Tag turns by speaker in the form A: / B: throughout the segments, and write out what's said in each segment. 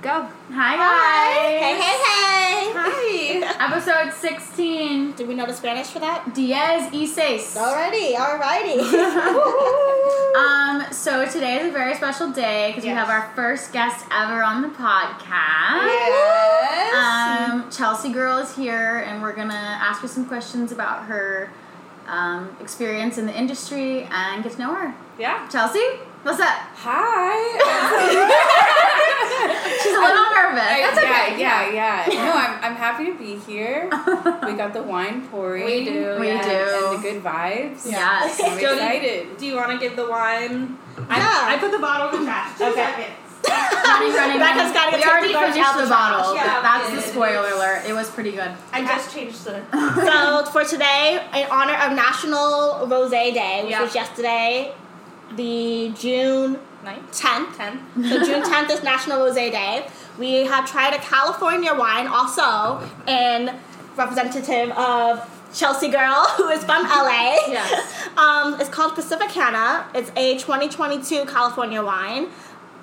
A: Go.
B: Hi guys.
C: Hey, hey, hey. Hi.
B: Episode 16.
C: Do we know the Spanish for that?
B: Diez y seis.
C: Alrighty, alrighty.
B: Um, so today is a very special day because we
A: Yes.
B: have our first guest ever on the podcast.
C: yes.
B: Um, Chelsea Girl is here and we're gonna ask her some questions about her um, experience in the industry and get to know her.
A: Yeah.
B: Chelsea, what's up?
A: Hi.
B: She's a little nervous. That's okay.
A: yeah, yeah, yeah, No, I'm, I'm happy to be here. We got the wine pouring.
C: We do,
B: We
A: and,
B: yes. do.
A: And the good vibes.
B: Yes.
A: I'm
D: Jody.
A: excited.
D: Do you want to give the wine?
C: Yeah.
D: I, I put the bottle in the trash. Two
A: Okay.
D: seconds.
B: Already running.
C: Becca's gotta
B: we
C: take
B: already
C: the garbage
B: finished
C: out
B: the
C: the
B: bottle.
D: trash. Yeah,
B: That's
D: we
B: the
D: did.
B: spoiler alert. It was pretty good.
D: I just changed the.
C: so for today, in honor of National Rose Day, which
D: Yeah.
C: was yesterday, the June
D: Ninth?
C: 10th.
D: Tenth?
C: So June 10th is National Rose Day. We have tried a California wine also in representative of Chelsea Girl, who is from LA.
D: Yes.
C: Um, it's called Pacificana. It's a 2022 California wine.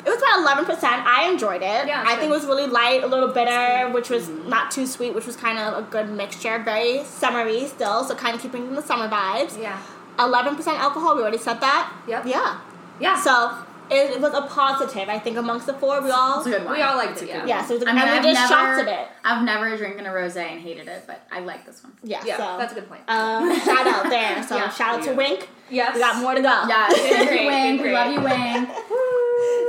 C: It was about 11%. I enjoyed it.
D: Yeah,
C: I think it
D: good.
C: was really light, a little bitter, which was
B: Mm-hmm.
C: not too sweet, which was kind of a good mixture. Very summery still, so kind of keeping the summer vibes.
D: Yeah.
C: 11% alcohol, we already said that.
D: Yep.
C: Yeah.
D: Yeah.
C: So it, it was a positive, I think, amongst the four. We all.
B: It's a good one.
D: we all liked it. Yeah.
C: Yeah, so it was a
B: I mean,
C: and
B: I've
C: we did
B: never,
C: shots of it.
B: I've never drinking a rosé and hated it, but I like this one.
C: Yeah,
D: Yeah,
C: so.
D: that's a good point.
C: um, shout out there. So
B: Yeah.
C: shout out to
D: Yeah.
C: Wink.
D: yes.
C: We got more to go.
B: Yeah, thank
D: Great,
B: you, Wayne. We
D: great.
B: love you, Wayne.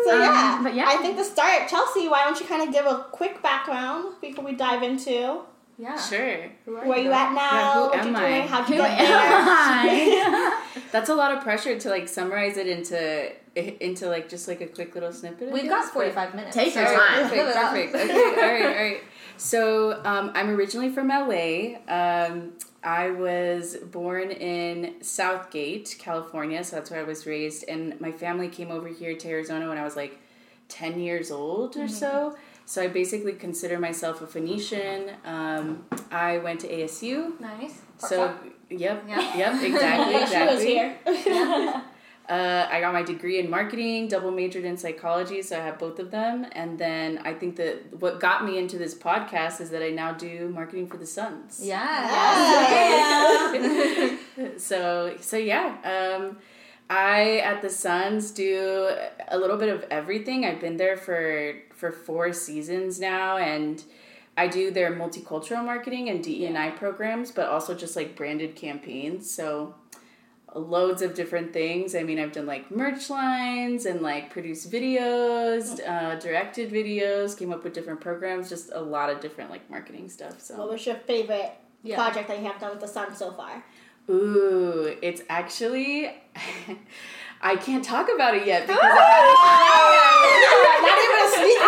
C: So
B: Um,
C: yeah,
B: but yeah.
C: I think to start, Chelsea, why don't you kind of give a quick background before we dive into
D: Yeah.
A: Sure.
D: Who are
C: where you at
A: Yeah,
C: now,
A: who
C: what you're
A: am I?
C: doing, how'd you
B: Who
C: get
B: am
C: there.
B: I?
A: That's a lot of pressure to like summarize it into into like just like a quick little snippet. I
D: We've
A: guess,
D: got
A: but-
D: 45 minutes.
B: Take your
A: All right,
B: time.
D: Give it
A: Perfect,
D: up.
A: perfect. Okay, all right, all right. So um, I'm originally from LA. Um, I was born in Southgate, California, so that's where I was raised. And my family came over here to Arizona when I was like 10 years old or so. So I basically consider myself a Phoenician. Um, I went to ASU.
D: Nice.
A: So, yep,
D: Yeah.
A: yep, exactly,
C: Wish
A: exactly.
C: she was here.
A: Uh, I got my degree in marketing, double majored in psychology, so I have both of them. And then I think that what got me into this podcast is that I now do marketing for the Suns.
D: Yeah.
A: So so yeah, um, I at the Suns do a little bit of everything. I've been there for for four seasons now, and I do their multicultural marketing and DE and I programs, but also just like branded campaigns. So loads of different things. I mean, I've done like merch lines and like produced videos, uh, directed videos, came up with different programs, just a lot of different like marketing stuff. So
C: What was your favorite
D: Yeah.
C: project that you have done with the sun so far?
A: Ooh, it's actually. I can't talk about it yet because I
C: Not even a sneak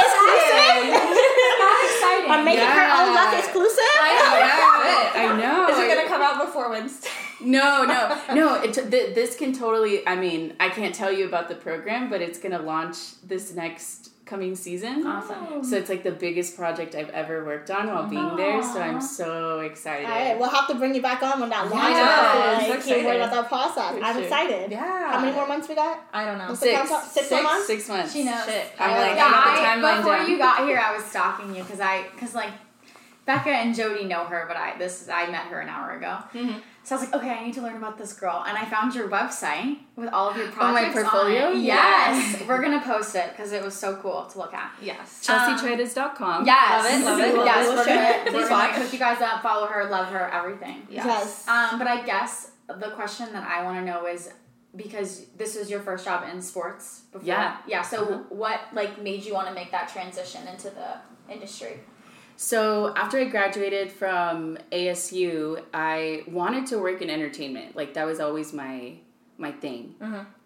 C: exclusive.
D: How exciting.
C: I'm making her own luck
A: Yeah.
C: exclusive.
D: I know.
A: haven't. I know.
D: Is it going to come out before Wednesday?
A: No, no, no. It, th- this can totally. I mean, I can't tell you about the program, but it's gonna launch this next coming season.
D: Oh.
B: Awesome.
A: So it's like the biggest project I've ever worked on while being there. So I'm
B: Aw.
A: so excited.
C: All right, we'll have to bring you back on when that launch
D: Yeah,
C: happens.
D: I'm
C: Like,
D: so
C: Can't worry
D: excited.
C: about that process.
A: For
C: I'm
A: sure.
C: excited.
D: Yeah.
C: How many more months we got?
D: I don't know.
C: Six. months- six more months?
A: Six months.
B: She knows.
D: Shit.
A: I'm
D: I
A: like,
B: Yeah,
A: I got the
B: I,
A: timeline
B: before
A: down.
B: you got here, I was stalking you because I, because like, Becca and Jody know her, but I this I met her an hour ago. So I was like, okay, I need to learn about this girl, and I found your website with all of your
A: Oh, my
B: projects.
A: portfolio?
B: On it. Yes, we're gonna post it because it was so cool to look at.
D: Yes.
A: ChelseaTraders.com.
B: Yes,
D: Love it, love it.
B: Yes,
C: Love
B: we're
C: it.
B: gonna,
D: Please
B: we're gonna
D: watch.
B: hook you guys up, follow her, love her, everything.
C: Yes.
B: Um, but I guess the question that I want to know is because this was your first job in sports before.
A: Yeah.
B: Yeah. So
A: Uh-huh.
B: what like made you want to make that transition into the industry?
A: So after I graduated from ASU, I wanted to work in entertainment. Like that was always my my thing.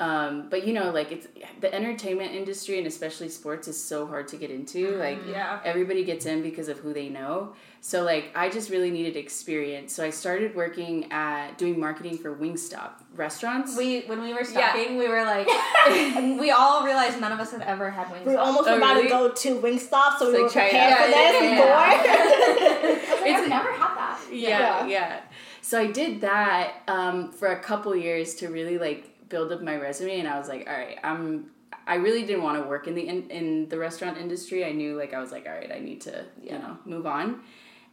A: Um, but you know, like it's the entertainment industry and especially sports is so hard to get into. Like
D: Yeah.
A: everybody gets in because of who they know. So like I just really needed experience. So I started working at doing marketing for Wingstop restaurants.
D: We when we were
B: Yeah.
D: stalking, we were like, we all realized none of us had ever had wings.
C: We were almost
A: Oh,
C: about
A: really?
C: to go to Wingstop, so we
A: So
C: were
A: try it
C: prepared
A: out.
C: for this
D: Yeah,
C: before.
D: yeah,
B: I was like,
A: It's-
B: I've never had that.
A: yeah,
C: Yeah.
A: yeah. So I did that um, for a couple years to really like build up my resume, and I was like, all right, I'm I really didn't want to work in the in, in the restaurant industry. I knew like I was like, all right, I need to you know move on.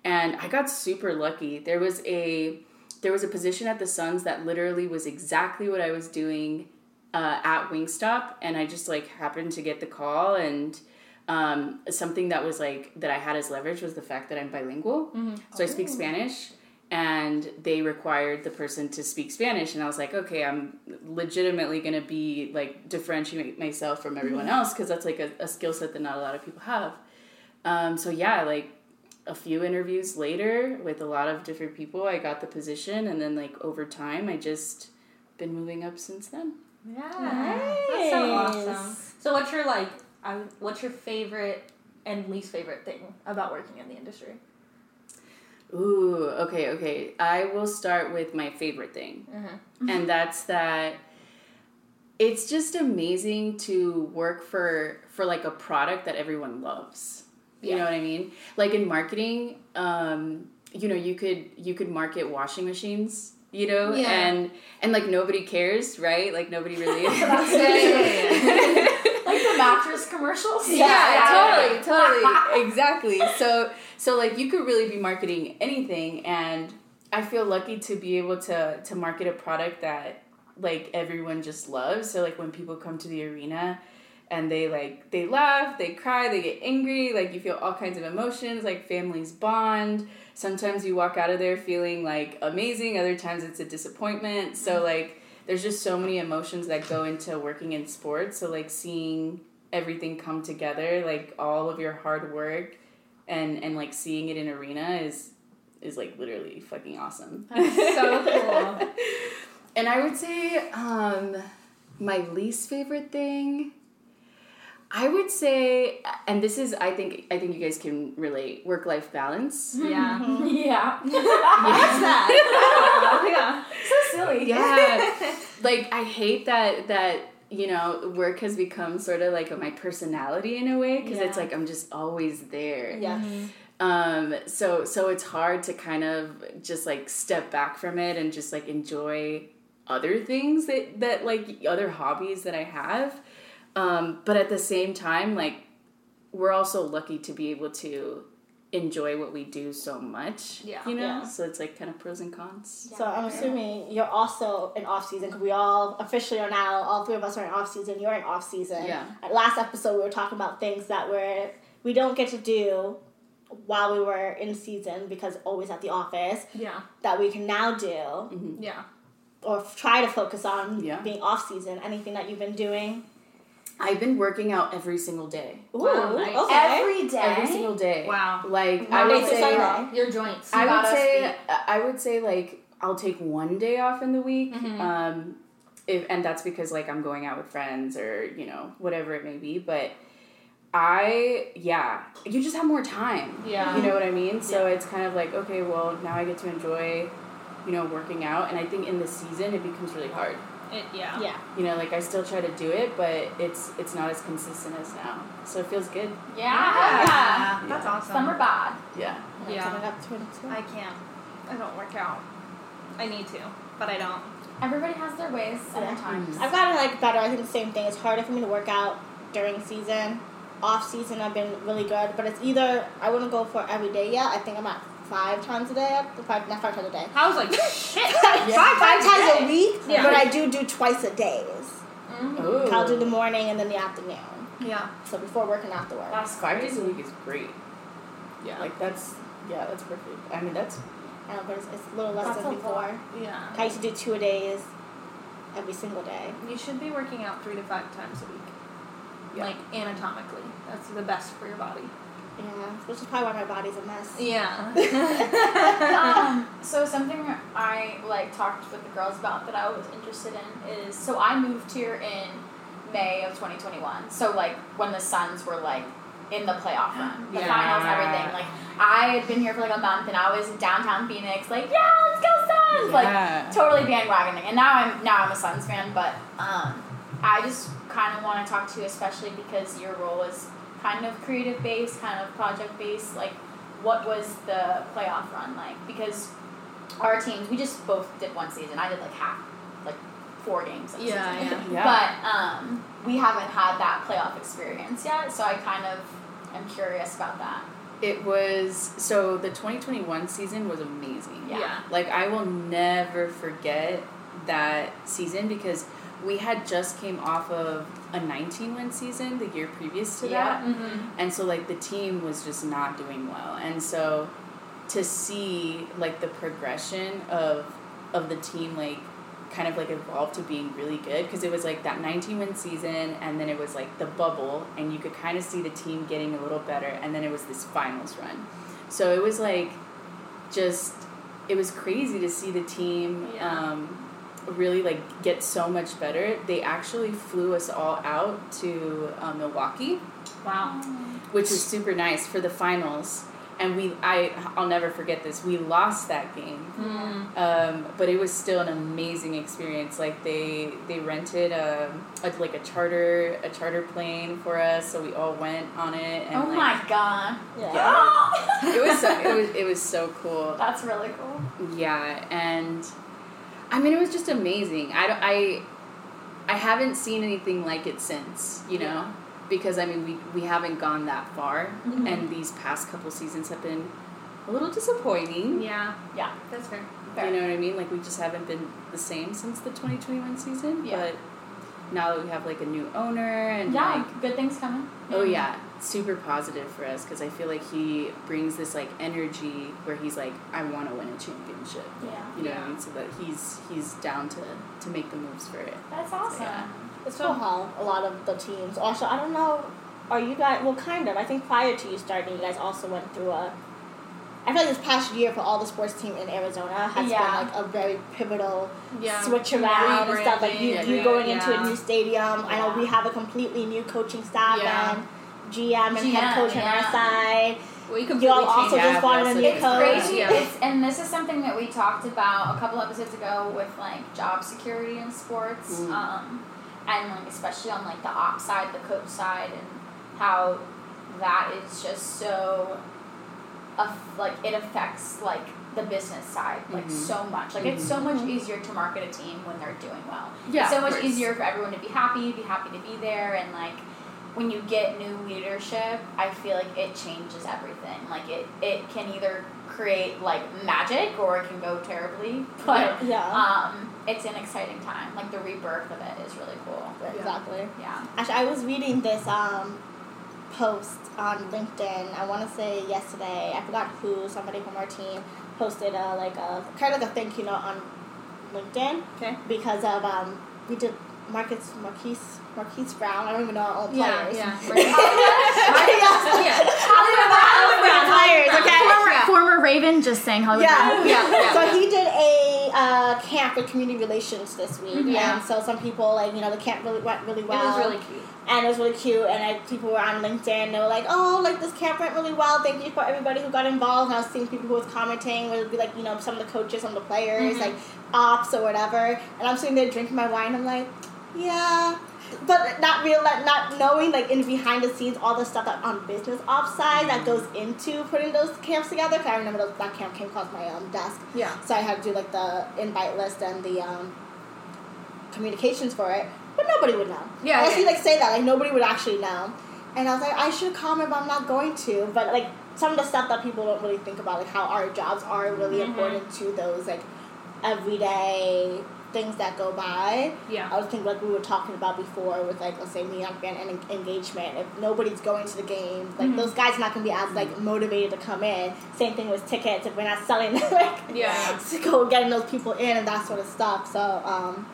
A: And I got super lucky. There was a there was a position at the Suns that literally was exactly what I was doing uh, at Wingstop, and I just like happened to get the call and. Um, something that was like that I had as leverage was the fact that I'm bilingual, so I speak Spanish, and they required the person to speak Spanish, and I was like, okay, I'm legitimately gonna be like differentiate myself from everyone else because that's like a, a skill set that not a lot of people have. Um, so yeah, like a few interviews later with a lot of different people, I got the position, and then like over time, I just been moving up since then.
D: Yeah, that's so
C: Nice.
D: awesome. So, what's your like? I, what's your favorite and least favorite thing about working in the industry?
A: Ooh, okay, okay. I will start with my favorite thing. And that's that it's just amazing to work for for like a product that everyone loves. You know what I mean? Like in marketing, um, you know, you could you could market washing machines, you know,
D: Yeah.
A: and and like nobody cares, right? Like nobody really
B: like the mattress commercials.
A: yeah, totally, totally, exactly. So, so like you could really be marketing anything, and I feel lucky to be able to to market a product that like everyone just loves. So like when people come to the arena, and they like they laugh, they cry, they get angry. Like you feel all kinds of emotions. Like families bond. Sometimes you walk out of there feeling like amazing. Other times it's a disappointment. So
D: Mm-hmm.
A: like there's just so many emotions that go into working in sports. So like seeing everything come together, like all of your hard work, and and like seeing it in arena is is like literally fucking awesome.
D: So cool.
A: And I would say um, my least favorite thing. I would say, and this is, I think, I think you guys can relate. Work life balance.
D: Yeah.
B: yeah.
D: What's that?
B: so silly.
A: Yeah, like I hate that that you know work has become sort of like my personality in a way because it's
D: Yeah.
A: like I'm just always there.
D: yeah. Yeah.
A: um so so it's hard to kind of just like step back from it and just like enjoy other things that that like other hobbies that i have um but at the same time like we're also lucky to be able to enjoy what we do so much
D: Yeah.
A: you know
C: Yeah.
A: so it's like kind of pros and cons
C: So I'm assuming you're also in off season because we all officially are now. All three of us are in off season. You're in off season.
A: Yeah.
C: At last episode, we were talking about things that were we don't get to do while we were in season because always at the office
D: Yeah.
C: that we can now do
D: Yeah.
C: or f- try to focus on
A: Yeah.
C: being off season. Anything that you've been doing?
A: i've been working out every single day
C: Ooh,
D: Wow, nice.
C: okay.
B: Every day.
A: every single day
D: Wow.
A: like i
C: Monday
A: would
C: through
A: say
C: Sunday.
D: Your joints.
A: I would
D: Gotta
A: say
D: speak.
A: I would say like I'll take one day off in the week.
D: Mm-hmm.
A: Um, if and that's because like I'm going out with friends or you know whatever it may be. But I yeah, you just have more time.
D: Yeah.
A: you know what I mean. So it's kind of like okay, well now I get to enjoy, you know, working out. And I think in the season it becomes really hard.
D: It, yeah.
C: Yeah.
A: You know, like I still try to do it, but it's it's not as consistent as now. So it feels good.
B: Yeah.
D: That's awesome.
B: Summer bod.
A: Yeah.
C: So I
D: Yeah.
C: got twenty-two.
D: I can't. I don't work out. I need to, but I don't.
B: Everybody has their ways and their
C: Yeah.
B: times.
C: I've gotten like better. I think the same thing. It's harder for me to work out during season. Off season, I've been really good, but it's either I wouldn't go for every day yet. I think I'm at five times a day. Five, not five times a day.
D: I was like, shit.
C: Five, five times a week,
D: Yeah.
C: but I do do twice a days.
A: Ooh.
C: I'll do the morning and then the afternoon.
D: Mm-hmm. Yeah.
C: So before work and after work.
A: Last five days a week is great.
D: Yeah.
A: Like that's yeah, that's perfect. I mean that's
C: Uh, but it's, it's a little less
B: That's
C: than
B: a lot.
C: before.
D: yeah.
C: I used to do two a days every single day.
D: You should be working out three to five times a week.
A: Yeah.
D: Like anatomically, that's the best for your body.
C: Yeah, which is probably why my body's a mess.
D: Yeah.
B: um, so something I like talked with the girls about that I was interested in is so I moved here in May of 2021. So like when the Suns were like in the playoff run, the
A: Yeah.
B: finals, everything. Like I had been here for like a month and I was in downtown Phoenix, like yeah, let's go Suns,
A: Yeah.
B: like totally bandwagoning. And now I'm now I'm a Suns fan, but um, I just kind of want to talk to you, especially because your role is kind of creative based, kind of project based, like what was the playoff run like? Because our teams, we just both did one season. I did like half, like four games. in a
D: Yeah,
B: season.
D: yeah.
A: Yeah.
B: But um, we haven't had that playoff experience yet, so I kind of am curious about that.
A: it was so the 2021 season was amazing.
B: Yeah.
A: Like I will never forget that season because we had just came off of a 19 win season the year previous to
B: Yeah.
D: Mm-hmm.
A: that. And so like the team was just not doing well. And so to see like the progression of of the team like kind of like evolved to being really good because it was like that 19 win season and then it was like the bubble and you could kind of see the team getting a little better and then it was this finals run so it was like just it was crazy to see the team
D: Yeah.
A: um, really like get so much better they actually flew us all out to uh, milwaukee
D: Wow.
A: which is super nice for the finals and we i i'll never forget this we lost that game
D: Mm.
A: um, but it was still an amazing experience. Like they they rented a, a like a charter a charter plane for us, so we all went on it. And
B: Oh
A: like,
B: my god.
A: Yeah. It was so, it was it was so cool.
B: That's really cool.
A: Yeah, and I mean it was just amazing. I don't, I I haven't seen anything like it since. You know.
D: Yeah.
A: Because I mean, we, we haven't gone that far, and these past couple seasons have been a little disappointing.
D: Yeah.
B: Yeah.
D: That's fair.
B: Fair.
A: You know what I mean? Like we just haven't been the same since the 2021 season.
B: Yeah.
A: But now that we have like a new owner and
B: yeah,
A: like
B: good things coming.
A: oh yeah, super positive for us because I feel like he brings this like energy where he's like I want to win a championship.
B: Yeah.
A: You know
D: Yeah.
A: what I mean? So that he's he's down to to make the moves for it.
B: That's awesome.
A: Yeah.
C: It's still how a lot of the teams. Also, I don't know. Are you guys? Well, kind of. I think prior to you starting, you guys also went through a. I feel like this past year for all the sports team in Arizona has
B: Yeah.
C: been like a very pivotal
D: Yeah.
C: switch around and stuff. Like you,
A: yeah,
C: you
A: yeah,
C: going into a new stadium. I know
B: Yeah.
C: we have a completely new coaching staff
D: Yeah.
C: and GM and head
B: GM,
C: coach on
B: yeah.
C: our side.
D: We
C: You all
D: completely changed.
C: also
A: changed
C: just bought
A: that,
C: in a
A: so
C: new
B: It's
A: it's
C: coach.
B: crazy,
D: Yeah.
B: it's, and this is something that we talked about a couple episodes ago with like job security in sports,
A: Mm.
B: um, and like especially on like the op side, the coach side, and how that is just so, aff- like it affects like the business side like
A: Mhm.
B: so much. Like it's
A: Mm-hmm.
B: so much easier to market a team when they're doing well.
A: Yeah.
B: it's so
A: of
B: much
A: course.
B: easier for everyone to be happy, be happy to be there, and like when you get new leadership, I feel like it changes everything. Like it, it can either create like magic or it can go terribly. But
C: Yeah.
B: um, it's an exciting time. Like the rebirth of it is really cool.
C: Exactly.
B: Yeah.
C: Actually, I was reading this um, post on LinkedIn. I want to say yesterday. I forgot who. Somebody from our team posted a like a kind of like a thank you note on LinkedIn
D: Okay.
C: because of um, we did Marcus Marquise Marquise Brown. I don't even know our own
D: Yeah.
C: players.
D: Yeah.
C: yeah.
D: yeah.
C: Hollywood Brown players. Okay.
D: Former- Yeah.
E: former Raven just saying Hollywood
C: Yeah.
D: Yeah, yeah,
C: So
D: yeah.
C: he did a uh, camp for community relations this week,
D: Mm-hmm. Yeah.
C: and so some people like you know the camp really went really well.
D: It was really cute.
C: and it was really cute. And I, people were on LinkedIn. and They were like, "Oh, like this camp went really well. Thank you for everybody who got involved." And I was seeing people who was commenting. Where it would be like, you know, some of the coaches, some of the players,
D: Mhm.
C: like ops or whatever. And I'm sitting there drinking my wine. I'm like, yeah. But not real, like not knowing, like in behind the scenes, all the stuff that on business ops side that goes into putting those camps together. Cause I remember those, that camp came across my um, desk,
D: Yeah.
C: so I had to do like the invite list and the um, communications for it, but nobody would know.
D: Yeah,
C: Unless
D: yeah.
C: you like say that, like nobody would actually know. And I was like, I should comment, but I'm not going to. But like some of the stuff that people don't really think about, like how our jobs are really
D: Mhm.
C: important to those like everyday things that go by.
D: Yeah.
C: I was thinking like we were talking about before with like let's say me on fan and en- engagement. If nobody's going to the game, like
D: Mhm.
C: those guys are not gonna be as like motivated to come in. Same thing with tickets if we're not selling like
D: Yeah.
C: to go getting those people in and that sort of stuff. So um,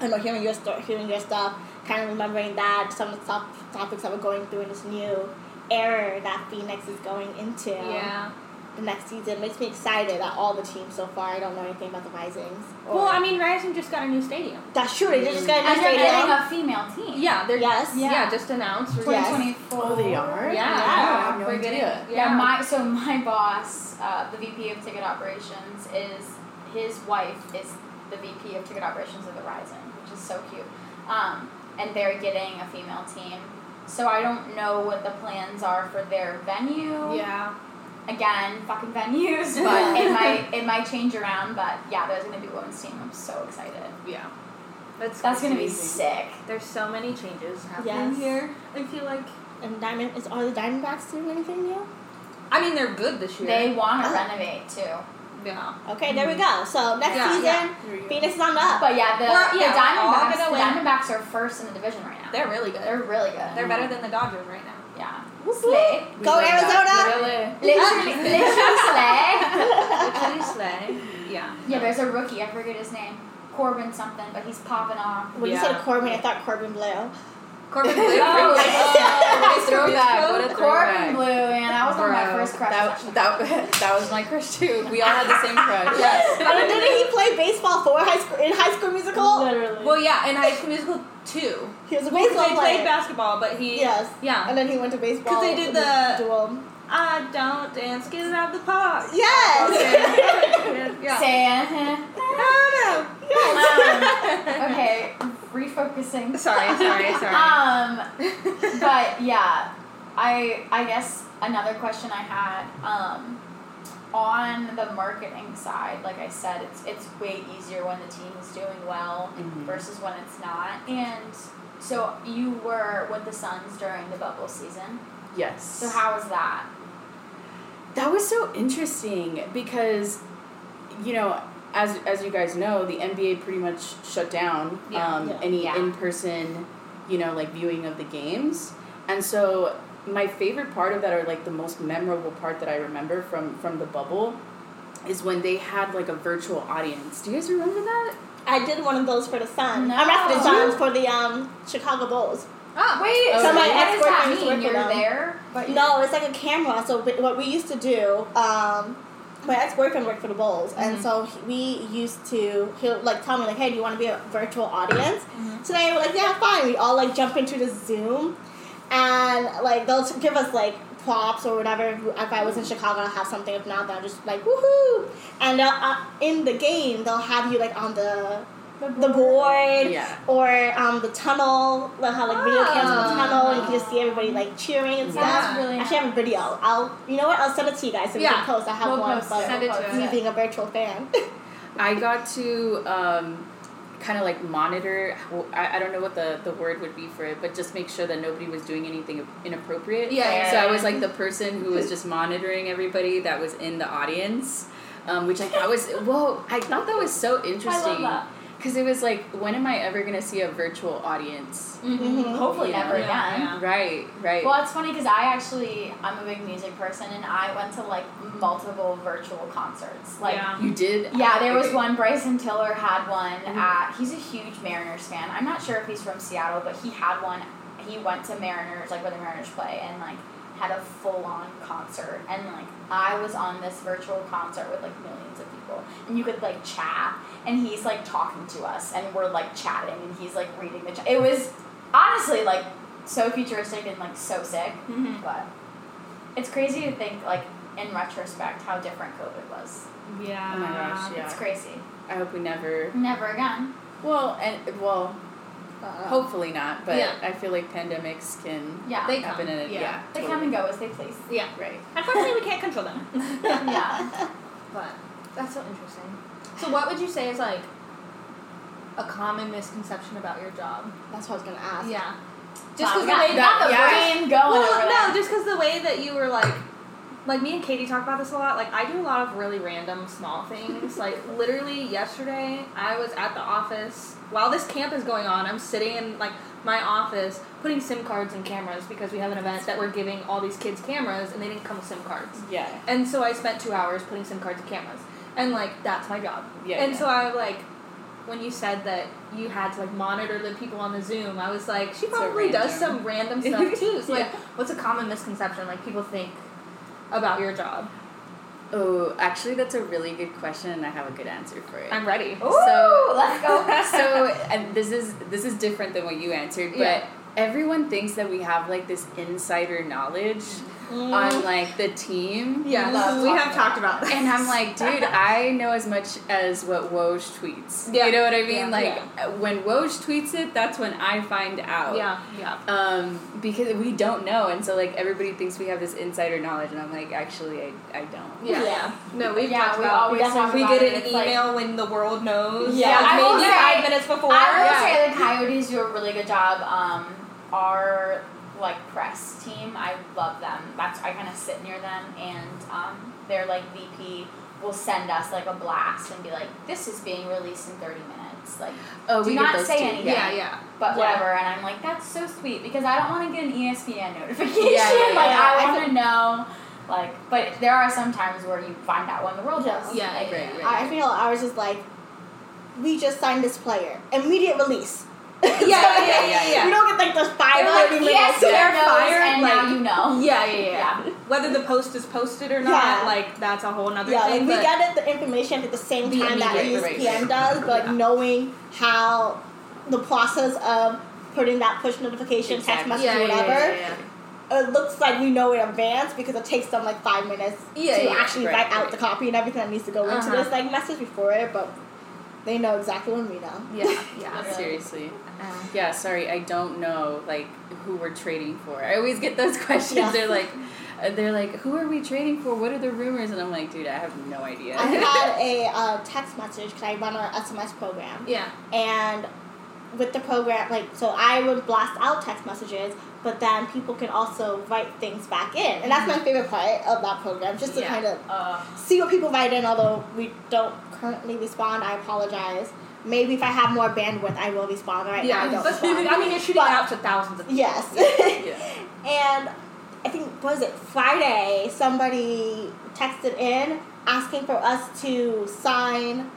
C: I know hearing your sto- hearing your stuff, kind of remembering that some of the top- topics that we're going through in this new era that Phoenix is going into
D: Yeah.
C: the next season makes me excited at all the teams so far. I don't know anything about the Risings. or-
D: Well, I mean, Rising just got a new stadium.
C: that's true. They just got a
B: And
C: new
B: they're getting
C: stadium.
B: a female team.
D: Yeah. They're.
C: Yes.
D: Yeah.
B: Yeah.
D: Just announced. We're
C: Yes.
D: getting-
B: 2024.
A: Oh, they are.
D: Yeah.
A: Wow, I have no
D: We're getting.
A: idea.
B: Yeah, my so my boss, uh, the VP of ticket operations, is his wife is the VP of ticket operations of the Rising, which is so cute. Um, and they're getting a female team. So I don't know what the plans are for their venue.
D: Yeah.
B: Again, fucking venues, but it might it might change around. But yeah, there's gonna be a women's team. I'm so excited.
D: Yeah. That's
B: That's gonna be
D: crazy.
B: sick.
D: There's so many changes happening
C: Yes.
D: here. I feel like.
C: And Diamond is are the Diamondbacks doing anything new?
D: I mean, they're good this year.
B: They want to
C: Oh.
B: renovate too.
D: yeah.
C: Okay, there we go. So next
D: Mm. Yeah,
C: season,
D: yeah.
C: Phoenix is on the up.
B: But yeah, the,
D: We're-
B: the
D: yeah, we're all
B: Diamondbacks.
D: gonna
B: The
D: win.
B: Diamondbacks are first in the division right now.
D: They're really good.
B: They're really good.
D: They're better than the Dodgers right now.
B: yeah.
C: Whoop,
B: Slay.
C: whoop. Go Arizona!
B: Literally, literally slay.
D: Literally slay. Yeah.
B: Yeah, there's a rookie. I forget his name. Corbin something, but he's popping off.
C: When you
D: Yeah.
C: said Corbin, I thought Corbin Blue.
A: Oh,
D: Corbin Blue.
B: oh,
A: what a throwback, what
B: Corbin
A: a Throwback.
B: Blue, and that was one of my
D: Bro,
B: first crushes.
A: That,
B: actually.
A: that, that was my crush too. We all had the same crush.
D: Yes.
C: But didn't he play baseball for high school in High School Musical?
B: Literally.
D: Well, yeah, in High School Musical 2.
C: He was a
D: Because
C: baseball
D: they
C: player.
D: played basketball, but he.
C: Yes.
D: Yeah.
C: And then he went to baseball.
D: 'Cause they did
C: with
D: the-
C: duel.
D: I don't dance, get it out of the park.
C: Yes.
D: yeah.
B: Saying.
D: No,
B: Um, okay, refocusing.
D: no. Sorry, sorry, sorry.
B: Um, but yeah, I I guess another question I had um, on the marketing side, like I said, it's it's way easier when the team is doing well
A: Mhm.
B: versus when it's not. And so you were with the Suns during the bubble season.
A: Yes.
B: So how was that?
A: That was so interesting because, you know, as as you guys know, the NBA pretty much shut down
D: Yeah.
A: um,
C: Yeah.
A: any
B: Yeah.
A: in person, you know, like viewing of the games, and so my favorite part of that, or like the most memorable part that I remember from from the bubble, is when they had like a virtual audience. Do you guys remember that?
C: I did one of those for the Sun.
B: No.
C: I'm not for the Suns for the um Chicago Bulls.
D: oh,
B: Wait,
A: Oh,
B: so
A: so my
B: what does that
C: ex-boyfriend used to
B: mean?
C: work for
B: You're
C: them.
B: there, but
C: No, it's like a camera. So wh- what we used to do, um, my ex boyfriend worked for the Bulls, and
D: Mhm.
C: so he- we used to he'll like tell me like, hey, do you want to be a virtual audience? Today we're like, yeah, fine. We all like jump into the Zoom, and like they'll t- give us like props or whatever. If I was in Chicago, I'll have something. If not, then I'll just like woohoo. And uh, uh, in the game, they'll have you like on the the board
A: Yeah.
C: or um, the tunnel. They'll have like video cams in the
D: Oh.
C: tunnel, and you can just see everybody like cheering and stuff.
B: That's really
C: I should have a video. I'll, you know what? I'll send it to you guys so we
D: Yeah.
C: can post. I have
B: We'll
C: one
B: post
C: but
B: it.
D: Send it to
C: me
D: us.
C: being a virtual fan.
A: I got to um, kind of like monitor. well, I, I don't know what the, the word would be for it, but just make sure that nobody was doing anything inappropriate.
D: Yeah,
B: yeah,
A: So I
B: yeah.
A: was like the person who was just monitoring everybody that was in the audience, um, which I thought was whoa. I thought that was so interesting
B: that.
A: because it was like, when am I ever gonna see a virtual audience?
C: Mhm.
B: Hopefully
A: Yeah.
B: never again.
D: Yeah, yeah.
A: Right. Right.
B: Mm-hmm. Well, it's funny because I actually I'm a big music person and I went to like multiple virtual concerts. Like
D: Yeah.
A: you did.
B: yeah, there was
A: okay.
B: one Bryson Tiller had one at he's a huge Mariners fan. I'm not sure if he's from Seattle, but he had one he went to Mariners like where the Mariners play and like had a full on concert and like I was on this virtual concert with like millions of people and you could like chat and he's like talking to us and we're like chatting and he's like reading the chat. It was honestly like so futuristic and like so sick.
D: Mhm.
B: But it's crazy to think, like, in retrospect, how different COVID was.
D: Yeah.
A: Oh my gosh, yeah.
B: It's crazy.
A: I hope we never.
B: Never again.
A: Well, and well,
C: Uh,
A: hopefully not. But
D: Yeah.
A: I feel like pandemics can
B: Yeah.
D: They
A: happen
D: come,
A: in a
D: yeah.
B: They come and go as they please.
D: Yeah.
A: Right.
D: Unfortunately, we can't control them.
B: yeah.
D: But that's so interesting. So, what would you say is like a common misconception about your job?
C: That's what I was gonna ask.
D: Yeah.
B: Just
D: Just because
B: because
D: the way
A: that-
B: the
A: yeah.
B: brain going over
D: Well,
B: there.
D: no, just because the way that you were like, like me and Katie talk about this a lot. Like I do a lot of really random small things. like literally yesterday, I was at the office while this camp is going on. I'm sitting in like my office putting SIM cards in cameras because we have an event that we're giving all these kids cameras and they didn't come with SIM cards.
A: Yeah.
D: And so I spent two hours putting SIM cards in cameras. And like that's my job.
A: Yeah,
D: and
A: yeah.
D: so I like when you said that you had to like monitor the people on the Zoom, I was like, she
A: So
D: probably does
A: random.
D: some random stuff too. So like
A: Yeah.
D: what's a common misconception like people think about your job?
A: Oh, actually, that's a really good question, and I have a good answer for it.
D: I'm ready.
A: So-
B: Ooh, let's go.
A: so and this is this is different than what you answered, but
D: Yeah.
A: everyone thinks that we have like this insider knowledge
D: Mm-hmm.
A: on like the team.
D: Yeah,
B: Love
D: we
B: talking
D: have talked about this.
A: And I'm like, dude, I know as much as what Woj tweets.
D: Yeah.
A: You know what I mean?
D: Yeah.
A: Like when Woj tweets it, that's when I find out.
D: yeah, yeah.
A: Um, because we don't know, and so like everybody thinks we have this insider knowledge, and I'm like, actually, I, I don't.
D: Yeah.
C: Yeah.
D: No, we've
B: Yeah,
D: talked
B: we
D: about
B: always
D: it's
B: talk
D: like we
B: about
D: get
B: it,
D: an
B: it's like-
D: email when the world knows.
B: Yeah.
D: like,
B: I will
D: maybe
B: say-
D: five minutes before.
B: I will
D: Yeah.
B: say the Coyotes do a really good job. Um, our like press team, I love them. That's I kind of sit near them, and um, their like VP will send us like a blast and be like, "This is being released in thirty minutes." Like,
A: Oh,
B: Do
A: we
B: not
A: get those
B: say
A: too.
B: anything.
D: yeah,
A: Yeah.
D: yeah.
B: but
D: Yeah.
B: whatever. And I'm like, "That's so sweet," because I don't want to get an E ESPN notification.
A: Yeah, yeah,
B: like,
C: yeah.
B: I want to know. Like, but there are some times where you find out when the world knows.
D: Yeah,
B: like,
A: right, right.
C: I feel ours is like, we just signed this player, immediate release. yeah,
D: yeah, yeah, yeah, yeah.
C: We don't get like those five
B: They're like,
C: thirty
B: yes,
C: minutes.
D: they're
B: they're
D: fired,
B: and
D: like-
B: now you know.
D: Yeah, yeah, yeah, Whether the post is posted or not,
C: Oh, Yeah.
D: like that's a whole nother
C: Yeah, like
D: thing.
C: we
D: but
C: get it the information at the same
D: The
C: time that
D: immediate
C: ESPN
D: release.
C: does, but
D: Yeah.
C: knowing how the process of putting that push notification, text
A: Exactly.
C: message,
D: yeah,
C: or
D: yeah,
C: whatever,
D: yeah, yeah,
C: it looks like we know in advance because it takes them like five minutes
D: Yeah,
C: to
D: yeah,
C: actually
A: right,
C: write out
A: right.
C: the copy and everything that needs to go into
D: Uh-huh.
C: this like message before it, but they know exactly when we know.
D: yeah, yeah, yeah.
B: Literally.
A: Seriously.
D: Um,
A: Yeah, sorry, I don't know like who we're trading for. I always get those questions.
C: Yeah.
A: They're like, uh, they're like, who are we trading for? What are the rumors? And I'm like, dude, I have no idea.
C: I had a uh, text message because I run our SMS program.
D: yeah.
C: and with the program like so i would blast out text messages but then people can also write things back in and that's my favorite part of that program just to
D: Mm-hmm. Yeah.
C: kind of
B: Uh,
C: see what people write in although we don't currently respond i apologize maybe if i have more bandwidth i will respond right now i
D: yeah.
C: don't
D: But,
C: respond
D: I mean, you're shooting
C: But-
D: out to thousands of people.
C: yes
A: yeah.
C: and i think what was it friday somebody texted in asking for us to sign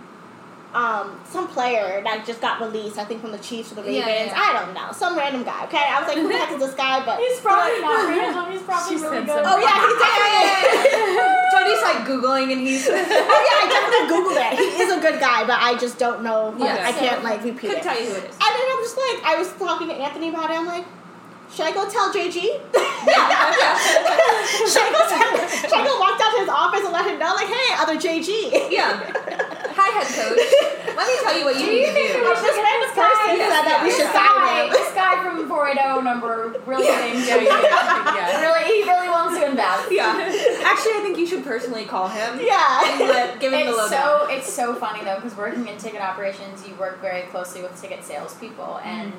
C: um, some player that just got released, I think from the Chiefs or the
D: Yeah,
C: Ravens.
D: yeah.
C: I don't know. Some random guy, okay? I was like, who the heck is this guy? But
B: He's probably not random. He's probably
A: She
B: really
A: said
B: good.
A: something.
C: Oh yeah, he's definitely
D: Jody's like googling and he's
C: Oh yeah, I definitely Googled it. He is a good guy, but I just don't know
D: Yeah.
C: I can't like repeat it.
D: could tell you who it is.
C: And then I'm just like I was talking to Anthony about it, I'm like, should I go tell JG? should, I go tell, should I go walk down to his office and let him know, like, hey, other JG?
D: yeah. Hi, head coach. Let me tell you what you need to
C: This
D: do.
C: random person said that we
B: This
C: should
B: guy,
C: sign him.
B: this guy from 480 number really thinks
A: Yeah, yeah, yeah.
B: really he really wants to invest.
D: Yeah. Actually, I think you should personally call him. And
C: Yeah.
D: let, give him the
B: It's
D: lowdown.
B: so it's so funny though because working in ticket operations, you work very closely with ticket salespeople, and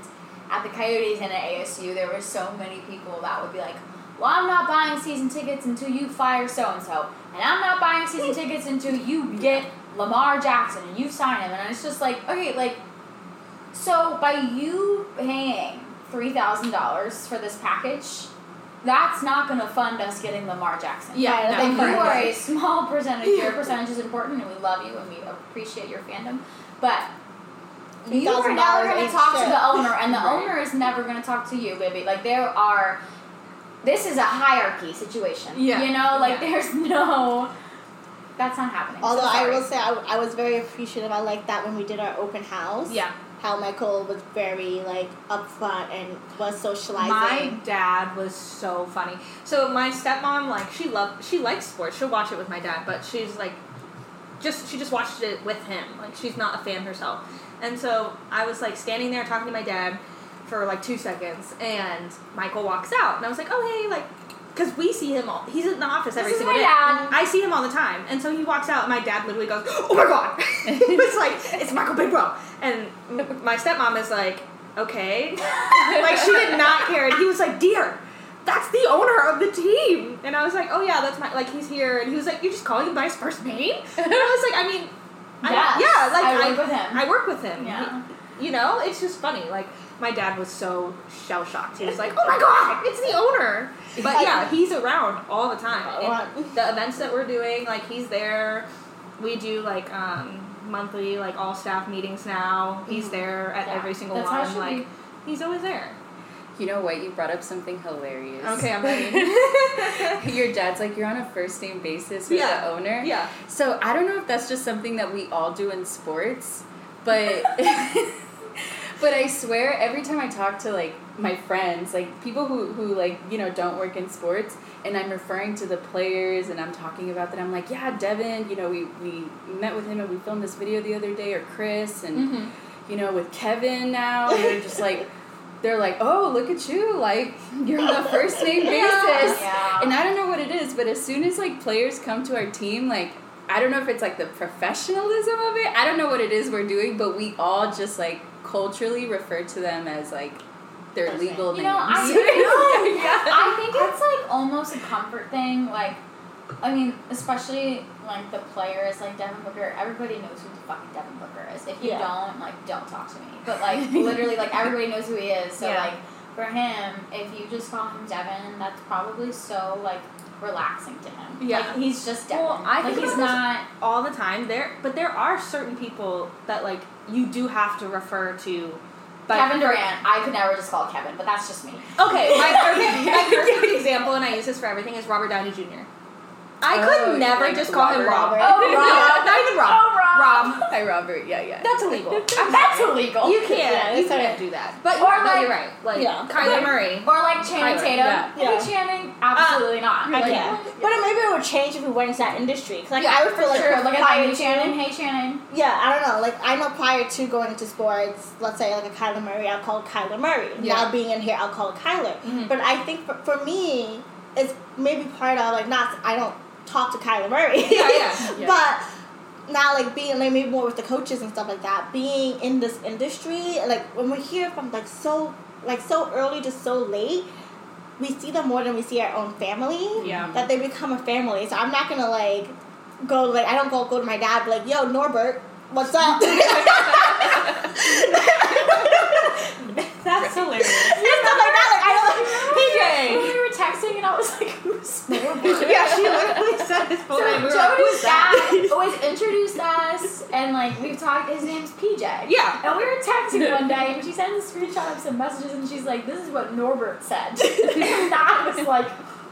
B: at the Coyotes and at ASU, there were so many people that would be like, "Well, I'm not buying season tickets until you fire so and so, and I'm not buying season tickets until you get Lamar Jackson and you sign him," and it's just like, okay, like, so by you paying three thousand dollars for this package. That's not going to fund us getting Lamar Jackson.
D: yeah.
C: Right,
D: no,
B: And
C: Right.
B: you are a small percentage. Your percentage is important, and we love you and we appreciate your fandom. But you are never
C: $3,000
B: going
C: ain't
B: to talk to
C: shit.
B: the owner, and the
A: Right.
B: owner is never going to talk to you, baby. Like there are, this is a hierarchy situation.
D: Yeah.
B: you know, like
D: Yeah.
B: there's no. That's not happening. So
C: Although I
B: sorry.
C: will say I, I was very appreciative. I liked that when we did our open house.
D: Yeah.
C: How Michael was very like upfront and was socializing.
D: My dad was so funny. So my stepmom, like, she loved, she likes sports. She'll watch it with my dad, but she's like, just she just watched it with him. Like, she's not a fan herself. And so I was like standing there talking to my dad for like two seconds, and Michael walks out, and I was like, oh hey, like, because we see him all. He's in the office every
B: This is
D: single
B: my
D: day.
B: dad.
D: I see him all the time, and so he walks out, and my dad literally goes, "Oh my god!" it's like it's Michael Big Bro, and m- my stepmom is like, "Okay," like she did not care, and he was like, "Dear, that's the owner of the team," and I was like, "Oh yeah, that's my like he's here," and he was like, "You're just calling him by his first name," and I was like, "I mean, I,
B: Yes,
D: yeah, like
B: I
D: I
B: work with him.
D: I work with him,
B: Yeah.
D: He- you know, it's just funny, like." My dad was so shell shocked. He was like, "Oh my god, it's the owner!" But yeah, he's around all the time.
C: I
D: And
C: want-
D: the events that we're doing, like he's there. We do like um, monthly like all staff meetings now. He's there at
B: Mm-hmm. Yeah,
D: every single
B: that's how it
D: one.
B: should
D: Like
B: be.
D: he's always there.
A: You know what? You brought up something hilarious.
D: Okay, I'm ready.
A: Your dad's like you're on a first name basis with
D: Yeah.
A: the owner.
D: yeah.
A: So I don't know if that's just something that we all do in sports, but but I swear every time I talk to like my friends, like people who who like you know don't work in sports, and I'm referring to the players and I'm talking about that. I'm like, yeah, Devin, you know, we, we met with him and we filmed this video the other day, or Chris, and,
B: Mm-hmm.
A: you know, with Kevin now. And they're just like, they're like, oh, look at you. Like, you're on a first name basis.
B: Yeah.
A: And I don't know what it is, but as soon as like players come to our team, like I don't know if it's like the professionalism of it. I don't know what it is we're doing, but we all just like culturally refer to them as like their
C: That's
A: legal
B: You
A: names.
B: know, I-
A: yeah.
B: I think it's like almost a comfort thing. Like, I mean, especially like the players, like Devin Booker. Everybody knows who the fucking Devin Booker is. If you
C: Yeah.
B: don't, like, don't talk to me. But like, literally, like everybody knows who he is. So
D: Yeah.
B: like, for him, if you just call him Devin, that's probably so like relaxing to him.
D: Yeah.
B: like, he's just Devin.
D: Well, I
B: like
D: think
B: he's
D: about this-
B: not.
D: all the time there but there are certain people that like you do have to refer to but
B: Kevin Durant, I could never just call Kevin, but that's just me.
D: okay my perfect, my perfect example and i use this for everything is robert downey jr i could
A: Oh,
D: never
A: like
D: just call him rob
A: Robert.
B: Oh,
D: No,
B: Rob.
D: not even rob
B: Oh, Rob.
D: rob
A: Hi Robert. Yeah, yeah.
D: that's illegal I'm
B: That's
D: sorry.
B: illegal.
D: you can't
C: Yeah,
D: you
C: that's
D: can't
C: alright.
D: do that but,
B: Or
D: no,
B: like-
D: you're right like
C: Yeah.
D: kyler
B: Like-
D: murray
B: Or like Channing
A: Tyler,
B: Tatum.
A: yeah.
B: Hey,
C: Yeah.
B: Channing, absolutely not.
C: I
B: Like,
C: can't. But maybe it would change if we went into that industry. 'Cause, like
D: Yeah,
C: I would feel like
B: sure, look at
C: prior
B: Ivy
C: to-
B: Channing. Hey, Channing.
C: Yeah, I don't know. Like I know prior to going into sports, let's say like a Kyler Murray, I'll call it Kyler Murray.
D: Yeah.
C: Now being in here, I'll call it Kyler.
D: Mhm.
C: But I think for, for me, it's maybe part of like not I don't talk to Kyler Murray.
D: yeah yeah
A: Yeah.
C: But now like being like maybe more with the coaches and stuff like that, being in this industry, like when we're here from like so like so early to so late, we see them more than we see our own family
D: Yeah.
C: that they become a family. So I'm not gonna like go like I don't go go to my dad be like yo Norbert, what's up?
D: that's hilarious
C: stuff like that. Like I don't.
D: PJ.
B: When we were texting, and I was like, "Who's
D: yeah, she literally said his full
B: So
D: name. We were like,
B: Jody's
D: "Who's that?"
B: dad always introduced us, and like we've talked. His name's PJ.
D: Yeah.
B: And we were texting one day, and she sent a screenshot of some messages, and she's like, "This is what Norbert said." and I was like,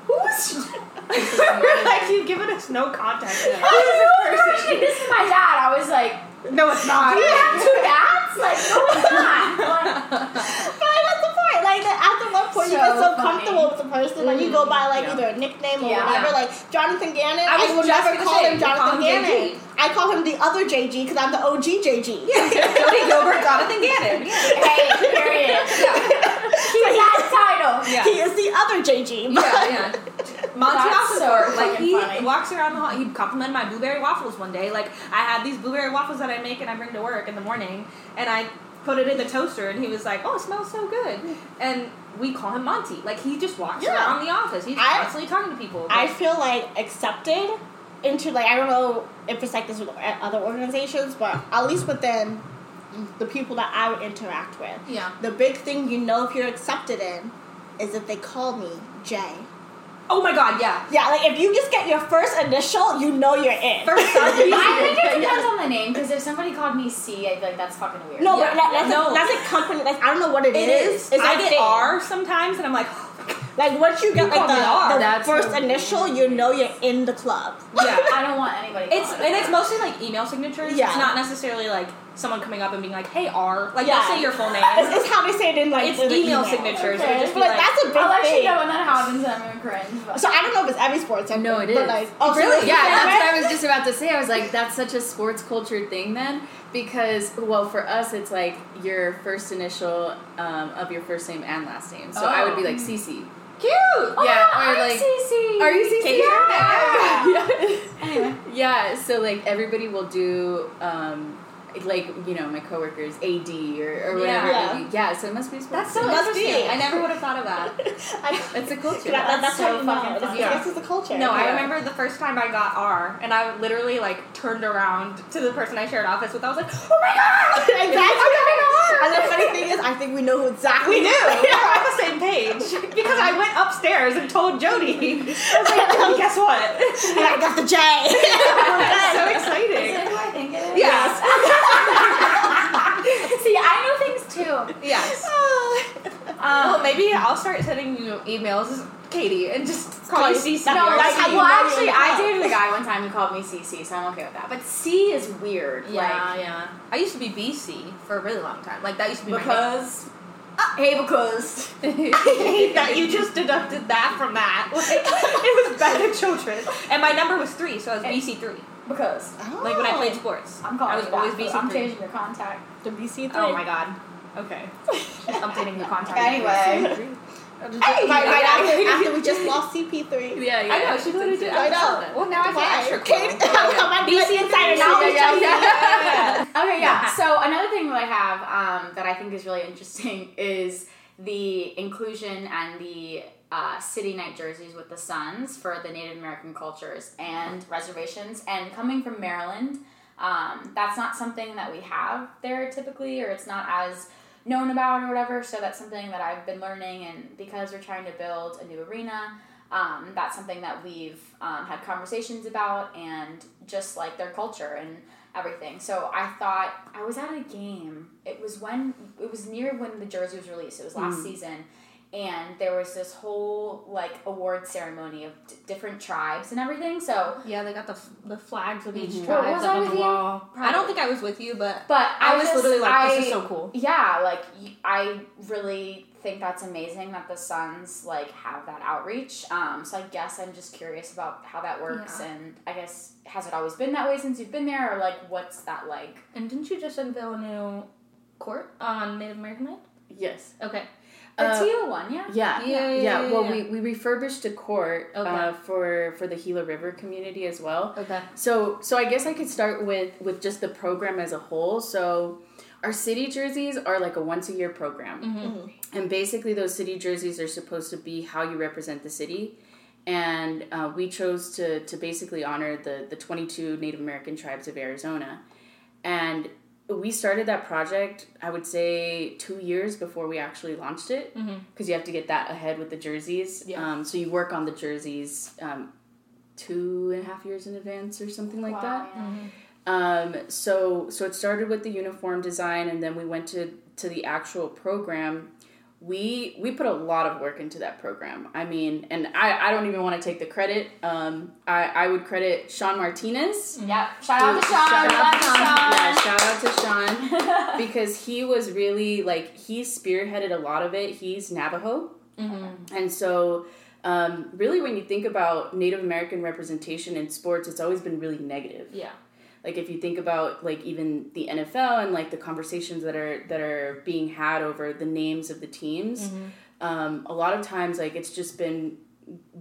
B: "Who's?"
D: we're like, you've given us no context. Who is this person?
B: Actually, this is my dad. I was like,
D: No, it's not.
B: "Do you have two dads?" Like, no, it's not. Like,
C: But that's the point. Like that after one point,
B: So
C: you get so
B: funny.
C: comfortable with the person, like you go by like
D: Mm-hmm. Yeah.
C: either a nickname or
B: Yeah.
C: whatever. Like Jonathan Gannon,
D: I
C: I,
D: was
C: will
D: just
C: never
D: gonna
C: call
D: say,
C: him
D: we call
C: Jonathan
D: him
C: Gannon.
D: JG.
C: I call him the other JG because I'm the OG JG.
D: Jody Gilbert, Jonathan Gannon. Yeah.
B: hey, period. He's that title.
D: Yeah.
C: He is the other JG. But
D: Yeah, yeah. Monty
B: That's
D: also
B: so
D: worked. Like
B: fucking
D: he
B: funny.
D: walks around the hall. He complimented my blueberry waffles one day. Like I had these blueberry waffles that I make and I bring to work in the morning, and I put it in the toaster, and he was like, "Oh, it smells so good." And we call him Monty. Like he just walks
C: Yeah.
D: around the office. He's
C: I-
D: constantly talking to people.
C: I feel like accepted into like I don't know if it's like this with other organizations, but at least within the people that I would interact with,
D: yeah.
C: the big thing you know if you're accepted in is if they call me Jay.
D: Oh my God. Yeah.
C: Yeah, like if you just get your first initial, you know you're in.
D: First off,
B: I think it depends on the name because if somebody called me C, I'd be like, that's fucking weird.
C: no,
D: Yeah.
C: but that, that's,
D: No.
C: A, that's a company. Like I don't know what
D: It is.
C: It's
D: I
C: a
D: get
C: thing.
D: R sometimes, and I'm like,
C: Like once you get like
D: call
C: the,
D: me R,
C: the
A: that's
C: first
A: so
C: initial,
A: weird.
C: you know you're in the club.
D: yeah.
B: I don't want anybody.
D: It's
B: calling
D: and
B: me
D: it's
B: that.
D: mostly like email signatures.
C: Yeah.
D: It's not necessarily like someone coming up and being like, "Hey R," like
C: Yeah.
D: they'll say your full name.
C: It's, it's how they say it in like
D: It's
C: the
D: email
C: email
D: signatures,
C: Okay.
D: so just be
C: but like
D: like,
C: that's a big
B: I'll let
C: thing.
B: you know when that happens, and I'm gonna cringe. But.
C: So I don't know if it's every sports. center,
A: No, it
C: But
A: is.
C: like,
A: Oh,
C: oh,
A: really?
C: So
A: Yeah,
C: yeah,
A: that's what I was just about to say. I was like, that's such a sports culture thing then, because well, for us, it's like your first initial um, of your first name and last name. So I would be like Cece.
D: cute.
B: oh,
A: yeah,
B: I'm
A: or like,
B: CC.
A: are you Cece?
D: Katie
A: Yeah.
B: Jordan.
A: yeah.
B: Anyway,
A: Yeah, so like everybody will do, um, like you know, my coworkers AD or, or whatever.
C: Yeah.
A: it may be. yeah. So it must be sports.
D: That's so
C: It must be.
D: interesting. I never would have thought of that.
C: I,
A: it's a culture.
C: that,
B: That's
C: that's
B: so
C: how you
B: fucking
C: know. It's-
B: funny.
C: I guess it's a culture.
D: No, I
A: Yeah.
D: remember the first time I got R, and I literally like turned around to the person I shared office with. I was like, "Oh my god!"
C: exactly.
D: Oh my
C: And
D: God.
C: the funny thing is, I think we know who exactly.
D: We do. We are on the same page because I went upstairs and told Jody. I was like, "Jody, "Guess what?"
C: And I got the J.
D: That's so
B: is
D: exciting.
B: it who I think it is?
D: Yes.
B: See, I know things too.
D: Yes.
B: Um,
D: well, maybe I'll start sending you emails, Katie, and just call,
C: Call
D: you
C: you-
D: CC.
C: that-
B: no,
D: or
C: that's
B: like,
C: how you
B: well,
C: know
B: actually,
C: you're
B: I
C: in
B: dated a guy one time who called me CC, so I'm okay with that. But C is weird.
D: Yeah, yeah. I used to be BC for a really long time. Like that used to be
B: Like,
D: my.
B: because
C: Hey, because
D: I hate that you just deducted that from that. Like, it was bad at children. And my number was three, so I was BC three.
B: Because
D: Like when I
B: Oh.
D: played sports.
B: I'm calling
D: I was
B: you
D: always
B: back.
D: BC
B: I'm
D: three.
B: changing your contact.
C: the BC
D: Oh my god. Okay. Updating the contact.
B: Anyway.
C: Hey, right, right after,
D: Yeah.
C: after we just lost CP3.
D: Yeah, yeah. I know she literally did.
C: I know.
D: saw it. Well, now I feel
C: Why?
D: extra
C: Katie-
D: cool.
C: Come on, BC insider
B: yeah,
C: knowledge.
B: yeah, yeah, yeah, yeah. okay, yeah. So another thing that I have um, that I think is really interesting is the inclusion and the uh, city night jerseys with the Suns for the Native American cultures and reservations. And coming from Maryland, um, that's not something that we have there typically, or it's not as known about or whatever. So that's something that I've been learning, and because we're trying to build a new arena, um, that's something that we've um, had conversations about, and just like their culture and everything. So I thought I was at a game. It was when it was near when the jersey was released. It was last
D: Mm.
B: season. And there was this whole like award ceremony of d- different tribes and everything. So,
D: Yeah, they got the f- the flags of each
A: Mhm.
D: tribe
B: Well, was
D: up
B: I
D: on
B: with
D: the
B: you?
D: wall. Mm-hmm. I don't
B: Probably.
D: think I was with you, but
B: but I,
D: I, was
B: just-
D: literally like,
B: I,
D: "This is so cool."
B: yeah like y- i really think that's amazing that the suns like have that outreach um, so i guess i'm just curious about how that works
D: Yeah.
B: and i guess has it always been that way since you've been there or like what's that like
D: And didn't you just unveil a new court on Native American land?
A: Yes.
D: Okay.
B: the
A: Uh,
B: teal one yeah
A: Yeah.
D: yeah,
A: Yeah, well, we, we refurbished a court uh,
D: Okay.
A: for for the Gila River community as well.
D: okay.
A: So so I guess I could start with with just the program as a whole. So our city jerseys are like a once a year program.
D: Mm-hmm.
A: And basically, those city jerseys are supposed to be how you represent the city. And uh, we chose to, to basically honor the, the 22 Native American tribes of Arizona. And we started that project, I would say, two years before we actually launched it, because you have to get that ahead with the jerseys.
D: Yeah.
A: Um, so you work on the jerseys um, two and a half years in advance or something like
B: Wow,
A: that.
B: yeah.
D: Mm-hmm.
A: Um, so so it started with the uniform design, and then we went to to the actual program. We we put a lot of work into that program. I mean, and I I don't even want to take the credit. Um, I I would credit Sean Martinez.
B: Yep. Shout out to Sean.
A: Shout out to
B: Love
A: Sean. Yeah,
B: Sean.
A: shout out to Sean because he was really like he spearheaded a lot of it. He's Navajo,
D: Mm-hmm.
A: and so um, really when you think about Native American representation in sports, it's always been really negative
D: Yeah.
A: like if you think about like even the NFL and like the conversations that are that are being had over the names of the teams, um, a lot of times like it's just been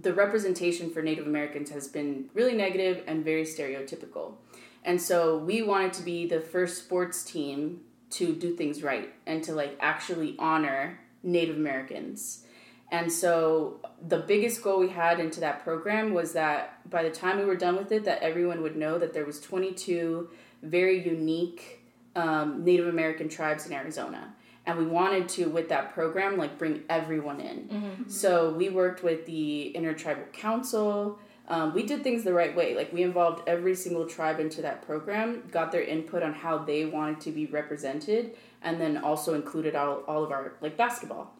A: the representation for Native Americans has been really negative and very stereotypical, and so we wanted to be the first sports team to do things right and to like actually honor Native Americans. And so the biggest goal we had into that program was that by the time we were done with it, that everyone would know that there was 22 very unique um, Native American tribes in Arizona. And we wanted to, with that program, like bring everyone in. So we worked with the Intertribal Council. Um, we did things the right way. Like we involved every single tribe into that program, got their input on how they wanted to be represented, and then also included all, all of our like basketball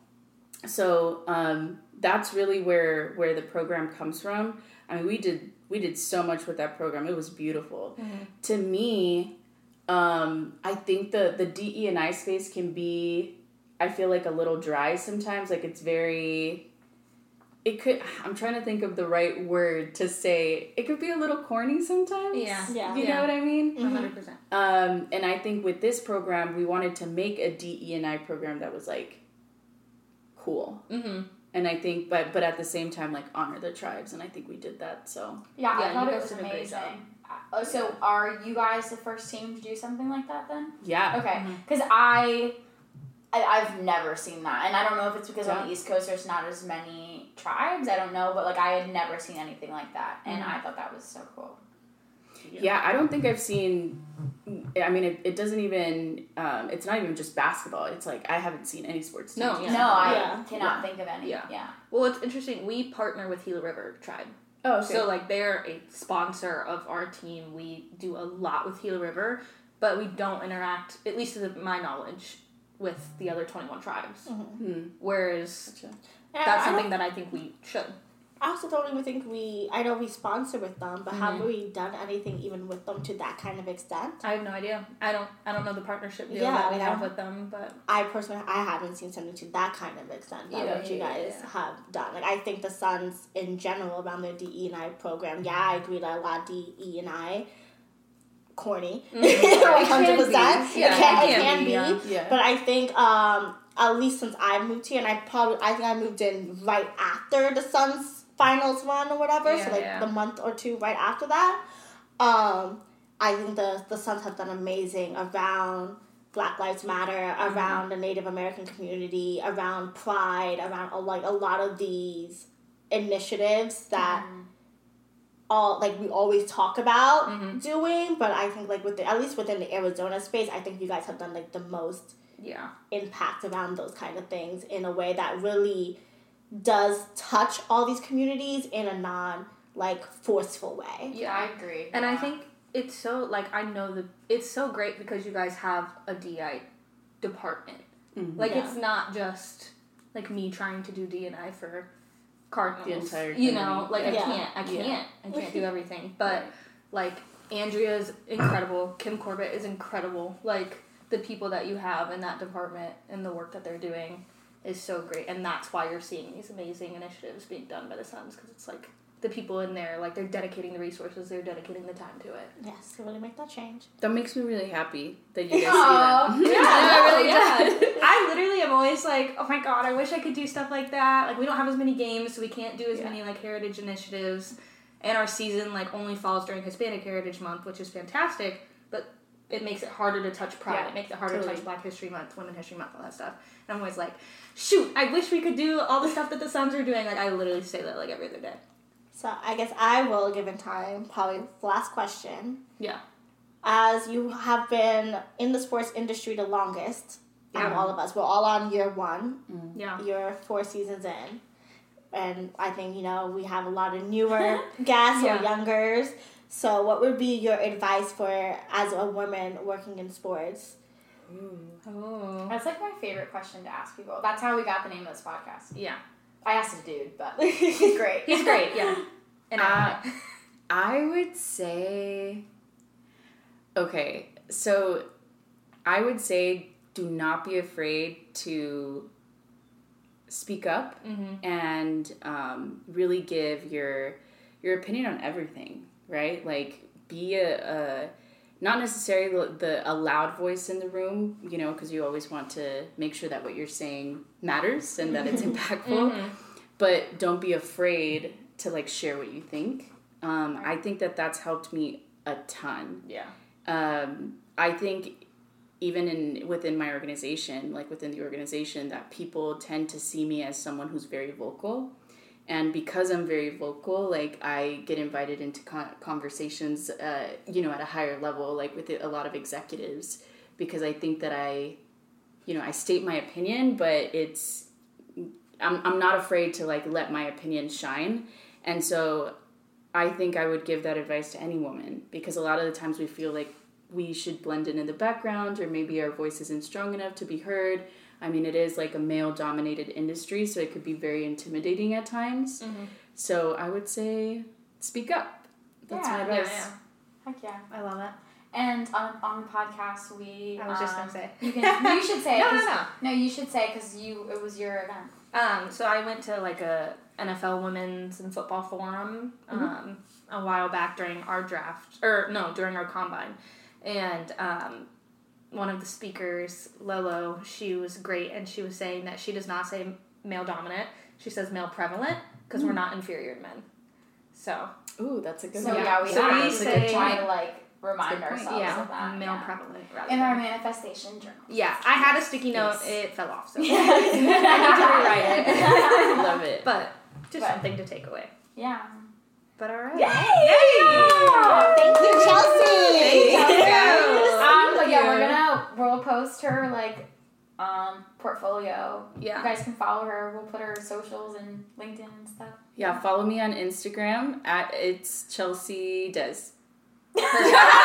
A: so um, that's really where where the program comes from i mean we did we did so much with that program it was beautiful
D: Mm-hmm.
A: to me um, i think the the de and i space can be i feel like a little dry sometimes like it's very it could i'm trying to think of the right word to say it could be a little corny sometimes
D: Yeah.
B: Yeah.
A: you
D: Yeah.
A: know what i mean
D: One hundred percent.
A: um, and I think with this program, we wanted to make a DE and I program that was like cool.
D: Mhm.
A: And I think, but but at the same time, like honor the tribes, and I think we did that. So
B: Yeah,
D: Yeah,
B: I thought
D: you
B: it
D: guys
B: was
D: did a great
B: amazing.
D: job.
B: Uh, So, are you guys the first team to do something like that then?
A: yeah,
D: Mm-hmm.
B: Okay, because I, I, I've never seen that, and I don't know if it's because on the East Coast there's not as many tribes. I don't know, but like I had never seen anything like that, and
D: Mm-hmm.
B: I thought that was so cool.
A: yeah. I don't think I've seen. I mean, it, it doesn't even. Um, it's not even just basketball. It's like I haven't seen any sports.
D: No,
A: teams.
D: Yeah.
B: No, I
C: Yeah.
B: cannot think of any.
D: Yeah.
B: yeah.
D: Well, it's interesting. We partner with Gila River Tribe.
A: Oh, okay.
D: So like they're a sponsor of our team. We do a lot with Gila River, but we don't interact, at least to the, my knowledge, with the other twenty one tribes.
A: Hmm.
D: Whereas
A: Gotcha.
C: Yeah,
D: that's
C: I don't-
D: something that I think we should.
C: I also don't even think we. I know we sponsor with them, but have
D: Mhm.
C: we done anything even with them to that kind of extent?
D: I have no idea. I don't. I don't know the partnership deal
C: Yeah,
D: that we
C: yeah.
D: have with them, but
C: I personally, I haven't seen something to that kind of extent that
D: Yeah,
C: what you
D: yeah,
C: guys
D: yeah.
C: have done. Like I think the Suns in general around their DE and I program. Yeah, I agree that a lot of DE and I corny,
D: Mhm. It can
C: one hundred percent.
A: be. Yeah,
C: It can,
D: it
C: it
D: can
C: can
D: be,
C: be.
D: yeah.
A: Yeah.
C: But I think um, at least since I moved here, and I probably I think I moved in right after the Suns finals run or whatever,
D: Yeah,
C: so like
D: yeah.
C: the month or two right after that. Um, I think the the Suns have done amazing around Black Lives Matter,
D: Mm-hmm.
C: around the Native American community, around Pride, around uh, like a lot of these initiatives that
D: Mm-hmm.
C: all like we always talk about
D: Mhm.
C: doing. But I think like with the, at least within the Arizona space, I think you guys have done like the most
D: yeah,
C: impact around those kind of things in a way that really does touch all these communities in a non like forceful way.
D: yeah.
B: I agree.
D: And I
B: yeah.
D: think it's so like I know the it's so great because you guys have a DI department.
A: Mhm.
D: Like
C: Yeah.
D: it's not just like me trying to do D and I for Cardinals.
A: The entire
D: you know,
A: community.
D: like I
C: Yeah.
D: can't, I
A: Yeah.
D: can't, I can't do everything. But like Andrea's incredible, Kim Corbett is incredible. Like the people that you have in that department and the work that they're doing is so great, and that's why you're seeing these amazing initiatives being done by the Suns because it's like the people in there, like they're dedicating the resources, they're dedicating the time to it.
C: Yes, to really make that change.
A: That makes me really happy that you guys
B: Aw,
A: see that.
D: Yeah, it really
B: yeah.
D: does. I literally am always like, oh my god, I wish I could do stuff like that. Like we don't have as many games, so we can't do as
A: Yeah.
D: many like heritage initiatives. And our season like only falls during Hispanic Heritage Month, which is fantastic, but it makes it harder to touch Pride.
A: Yeah,
D: it makes it harder to
A: totally.
D: touch Black History Month, Women History Month, all that stuff. And I'm always like, shoot, I wish we could do all the stuff that the Suns are doing. Like I literally say that like every other day.
C: So I guess I will, given time, probably the last question.
D: Yeah.
C: As you have been in the sports industry the longest out of
D: Yeah.
C: all of us, we're all on year one
D: Yeah.
C: you're four seasons in. And I think, you know, we have a lot of newer guests
D: Yeah.
C: or youngers. So what would be your advice for as a woman working in sports?
D: Oh.
B: That's like my favorite question to ask people. That's how we got the name of this podcast.
D: Yeah.
B: I asked a dude, but he's great.
D: He's great, yeah. And
A: Uh,
D: I
A: I would say, okay, so I would say do not be afraid to speak up
D: Mhm.
A: and um, really give your your opinion on everything, right? Like be a, a not necessarily the, the a loud voice in the room, you know, because you always want to make sure that what you're saying matters and that it's impactful but don't be afraid to like share what you think. Um, I think that that's helped me a ton.
D: Yeah.
A: Um, I think even in within my organization, like within the organization, that people tend to see me as someone who's very vocal, and because I'm very vocal, like I get invited into con- conversations, uh, you know, at a higher level, like with a lot of executives, because I think that I, you know, I state my opinion, but it's I'm, I'm not afraid to like let my opinion shine and so i think i would give that advice to any woman because a lot of the times we feel like we should blend in in the background or maybe our voice isn't strong enough to be heard i mean it is like a male dominated industry so it could be very intimidating at times
B: Mm-hmm.
A: so i would say speak up that's my
B: Yeah,
A: advice
B: Heck yeah.
D: I love it.
B: And on, on the podcast, we.
D: I was just
B: um,
D: gonna say.
B: You, can, no, you should say it.
D: No, no,
B: 'cause-
D: no.
B: No, you should say because you it was your event.
D: Um, so I went to like a NFL women's and football forum
B: Mm-hmm.
D: um, a while back during our draft, or no, during our combine, and um, one of the speakers, Lolo, she was great, and she was saying that she does not say male dominant; she says male prevalent because
B: Mm.
D: we're not inferior to men. So
A: ooh that's a good
B: So
A: one
B: yeah,
D: yeah.
B: we
D: So
B: have
D: we
B: to
D: say-
B: try to like remind
A: That's a good
B: ourselves
A: point.
D: yeah,
B: of that.
D: male
B: yeah.
D: prevalent rather.
B: In our
D: Than,
B: manifestation journal.
D: yeah, I had a sticky note;
A: Yes.
D: it fell off, so
A: I need to rewrite it.
B: yeah.
A: love it
D: but just
B: But-
D: something to take away. But all right.
B: Yeah.
C: Thank you, Chelsea.
B: Thank
D: you.
B: Um, but yeah, we're
D: you.
B: gonna we'll post her like um portfolio. You
D: Yeah.
B: guys can follow her. We'll put her socials and LinkedIn and stuff.
A: yeah follow me on instagram at it's chelsea des
D: Perfect.